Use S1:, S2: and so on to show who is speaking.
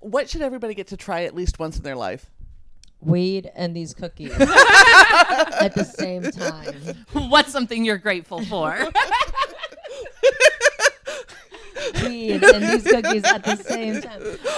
S1: what should everybody get to try at least once in their life?
S2: Weed and these cookies at the same time.
S3: What's something you're grateful for?
S2: Weed and these cookies at the same time.